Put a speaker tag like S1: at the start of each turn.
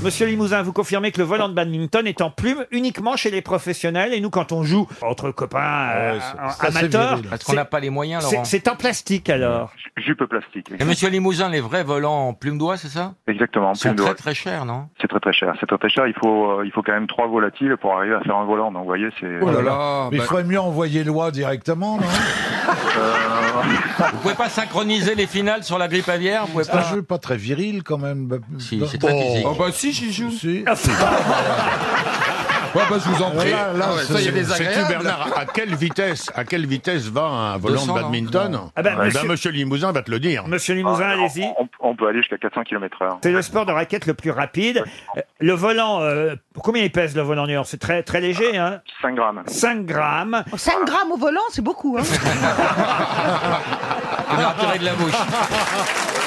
S1: Monsieur Limousin, vous confirmez que le volant de badminton est en plume uniquement chez les professionnels et nous, quand on joue entre
S2: Ah,
S1: copains euh,
S3: Ouais, c'est- c'est assez
S1: amateurs,
S3: viril. Ah,
S2: Parce qu'on
S1: c'est-
S2: n'a pas les moyens,
S1: c'est-
S2: Laurent.
S1: c'est en plastique alors.
S4: Jupe plastique.
S2: Et monsieur Limousin, les vrais volants en plume d'oie, c'est ça
S4: Exactement, en
S2: Ils sont
S4: plume d'oie.
S2: très très chers, non
S4: C'est très très cher. C'est très très cher. Il faut, euh, il faut quand même trois volatiles pour arriver à faire un volant. Donc vous voyez, c'est.
S3: Oh là
S5: là,
S2: Ah,
S3: Mais il
S5: bah-
S3: ferait mieux envoyer loi directement, non
S2: Vous pouvez pas synchroniser les finales sur la grippe aviaire Vous pouvez
S3: C'est un
S2: pas
S3: jeu pas très viril quand même. bah,
S2: Ah. Si,
S3: bah,
S2: c'est très physique.
S5: Oh bah si, j'y joue.
S3: si.
S5: Ouais, bah je vous en prie.
S3: Là, là,
S6: Ah ouais, ça, il y a
S3: c'est-
S6: des
S7: C'est tout,
S6: agréables.
S7: Bernard. À quelle vitesse, à quelle vitesse va un volant
S2: 200,
S7: de badminton
S1: Ah ben,
S7: Eh ben,
S1: monsieur-
S7: monsieur... Limousin va te le dire.
S1: Monsieur
S4: Ah,
S1: Limousin,
S4: on-
S1: allez-y.
S4: on, on peut aller jusqu'à 400 km heure.
S1: C'est le sport de raquette le plus rapide. Euh, Le volant, euh, combien il pèse le volant New York C'est très, très léger, hein
S4: 5 grammes.
S1: 5 grammes.
S8: 5 grammes au volant, c'est beaucoup. Hein
S2: Vous me retirez de la bouche.